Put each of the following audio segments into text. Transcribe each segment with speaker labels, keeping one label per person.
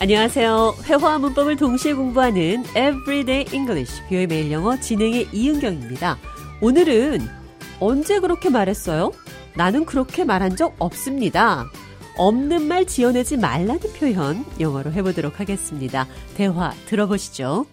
Speaker 1: 안녕하세요. 회화와 문법을 동시에 공부하는 Everyday English 뷰의 매일 영어 진행의 이은경입니다. 오늘은 언제 그렇게 말했어요? 나는 그렇게 말한 적 없습니다. 없는 말 지어내지 말라는 표현 영어로 해보도록 하겠습니다. 대화 들어보시죠.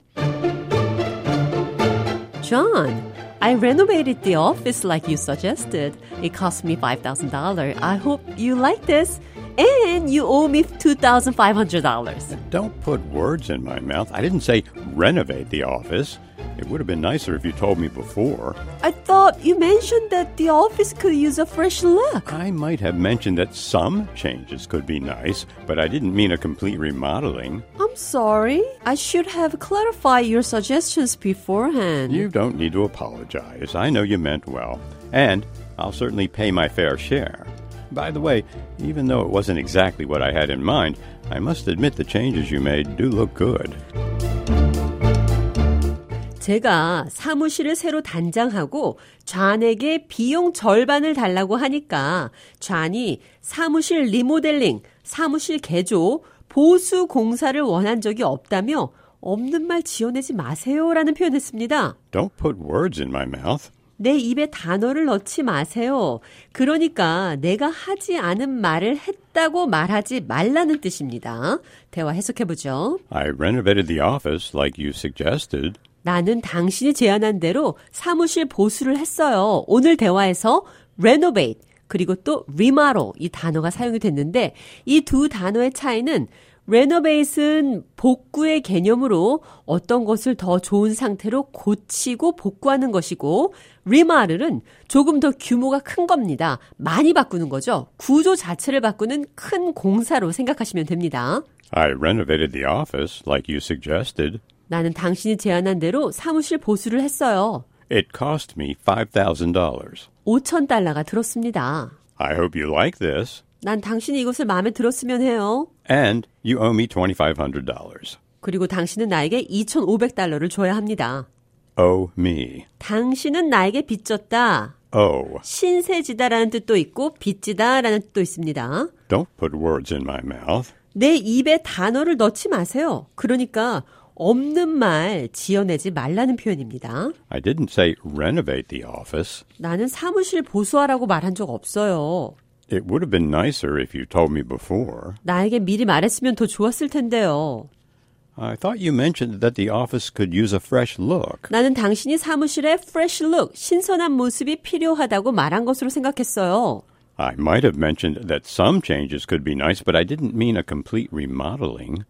Speaker 1: John, I renovated the office like you suggested. It cost me $5,000. I hope you like this. And you owe me $2,500.
Speaker 2: Don't put words in my mouth. I didn't say renovate the office. It would have been nicer if you told me before.
Speaker 1: I thought you mentioned that the office could use a fresh look.
Speaker 2: I might have mentioned that some changes could be nice, but I didn't mean a complete remodeling.
Speaker 1: I'm sorry. I should have clarified your suggestions beforehand.
Speaker 2: You don't need to apologize. I know you meant well, and I'll certainly pay my fair share. By the way, even though it wasn't exactly what I had in mind, I must admit the changes you made do look good.
Speaker 1: 제가 사무실을 새로 단장하고 좌안에게 비용 절반을 달라고 하니까 좌안이 사무실 리모델링, 사무실 개조, 보수 공사를 원한 적이 없다며 없는 말 지어내지 마세요라는 표현했습니다.
Speaker 2: Don't put words in my mouth.
Speaker 1: 내 입에 단어를 넣지 마세요. 그러니까 내가 하지 않은 말을 했다고 말하지 말라는 뜻입니다. 대화 해석해 보죠.
Speaker 2: I renovated the office like you suggested.
Speaker 1: 나는 당신이 제안한 대로 사무실 보수를 했어요. 오늘 대화에서 renovate 그리고 또 remodel 이 단어가 사용이 됐는데 이 두 단어의 차이는 renovate은 복구의 개념으로 어떤 것을 더 좋은 상태로 고치고 복구하는 것이고 remodel은 조금 더 규모가 큰 겁니다. 많이 바꾸는 거죠. 구조 자체를 바꾸는 큰 공사로 생각하시면 됩니다.
Speaker 2: I renovated the office like you suggested.
Speaker 1: 나는 당신이 제안한 대로 사무실 보수를 했어요.
Speaker 2: It cost me $5,000.
Speaker 1: 5천 달러가 들었습니다.
Speaker 2: I hope you like this.
Speaker 1: 난 당신이 이것을 마음에 들었으면 해요.
Speaker 2: And you owe me $2,500.
Speaker 1: 그리고 당신은 나에게 2,500달러를 줘야 합니다.
Speaker 2: Owe me. Oh,
Speaker 1: 당신은 나에게 빚졌다.
Speaker 2: Owe.
Speaker 1: 신세지다라는 뜻도 있고 빚지다라는 뜻도 있습니다.
Speaker 2: Don't put words in my mouth.
Speaker 1: 내 입에 단어를 넣지 마세요. 그러니까 없는 말 지어내지 말라는 표현입니다.
Speaker 2: I didn't say renovate the office.
Speaker 1: 나는 사무실 보수하라고 말한 적 없어요.
Speaker 2: It would have been nicer if you told me before.
Speaker 1: 나에게 미리 말했으면 더 좋았을 텐데요.
Speaker 2: I thought you mentioned that the office could use a fresh look.
Speaker 1: 나는 당신이 사무실에 fresh look, 신선한 모습이 필요하다고 말한 것으로 생각했어요.
Speaker 2: I might have mentioned that some changes could be nice, but I didn't mean a complete remodeling.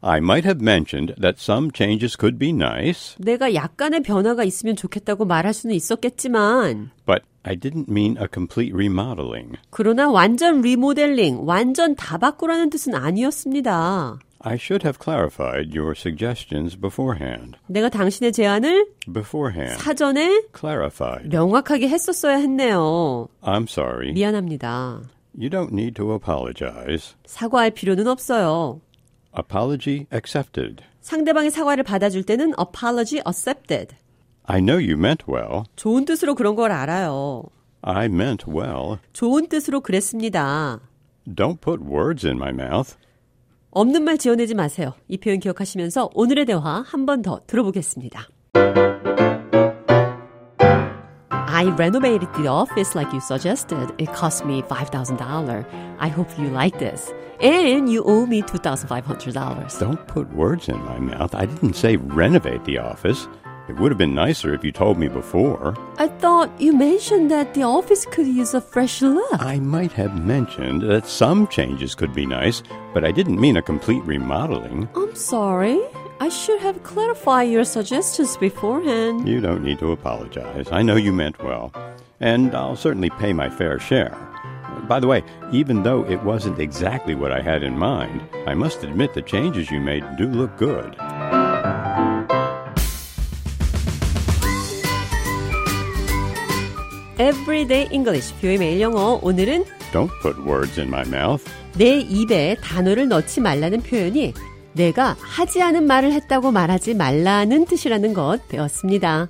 Speaker 2: I might have mentioned that some changes could be nice,
Speaker 1: 내가 약간의 변화가 있으면 좋겠다고 말할 수는 있었겠지만,
Speaker 2: but I didn't mean a complete remodeling.
Speaker 1: 그러나 완전 리모델링, 완전 다 바꾸라는 뜻은 아니었습니다.
Speaker 2: I should have clarified your suggestions beforehand.
Speaker 1: 내가 당신의 제안을
Speaker 2: Beforehand.
Speaker 1: 사전에
Speaker 2: clarified.
Speaker 1: 명확하게 했었어야 했네요.
Speaker 2: I'm sorry.
Speaker 1: 미안합니다.
Speaker 2: You don't need to apologize.
Speaker 1: 사과할 필요는 없어요.
Speaker 2: Apology accepted.
Speaker 1: 상대방의 사과를 받아줄 때는 apology accepted.
Speaker 2: I know you meant well.
Speaker 1: 좋은 뜻으로 그런 걸 알아요.
Speaker 2: I meant well.
Speaker 1: 좋은 뜻으로 그랬습니다.
Speaker 2: Don't put words in my mouth.
Speaker 1: 없는 말 지어내지 마세요. 이 표현 기억하시면서 오늘의 대화 한 번 더 들어보겠습니다. I renovated the office like you suggested. It cost me $5,000. I hope you like this. And you owe me $2,500.
Speaker 2: Don't put words in my mouth. I didn't say renovate the office. It would have been nicer if you told me before.
Speaker 1: I thought you mentioned that the office could use a fresh look.
Speaker 2: I might have mentioned that some changes could be nice, but I didn't mean a complete remodeling.
Speaker 1: I'm sorry. I should have clarified your suggestions beforehand.
Speaker 2: You don't need to apologize. I know you meant well, and I'll certainly pay my fair share. By the way, even though it wasn't exactly what I had in mind, I must admit the changes you made do look good.
Speaker 1: Everyday English, 뷰의 매일 영어. 오늘은
Speaker 2: Don't put words in my mouth.
Speaker 1: 내 입에 단어를 넣지 말라는 표현이 내가 하지 않은 말을 했다고 말하지 말라는 뜻이라는 것 배웠습니다.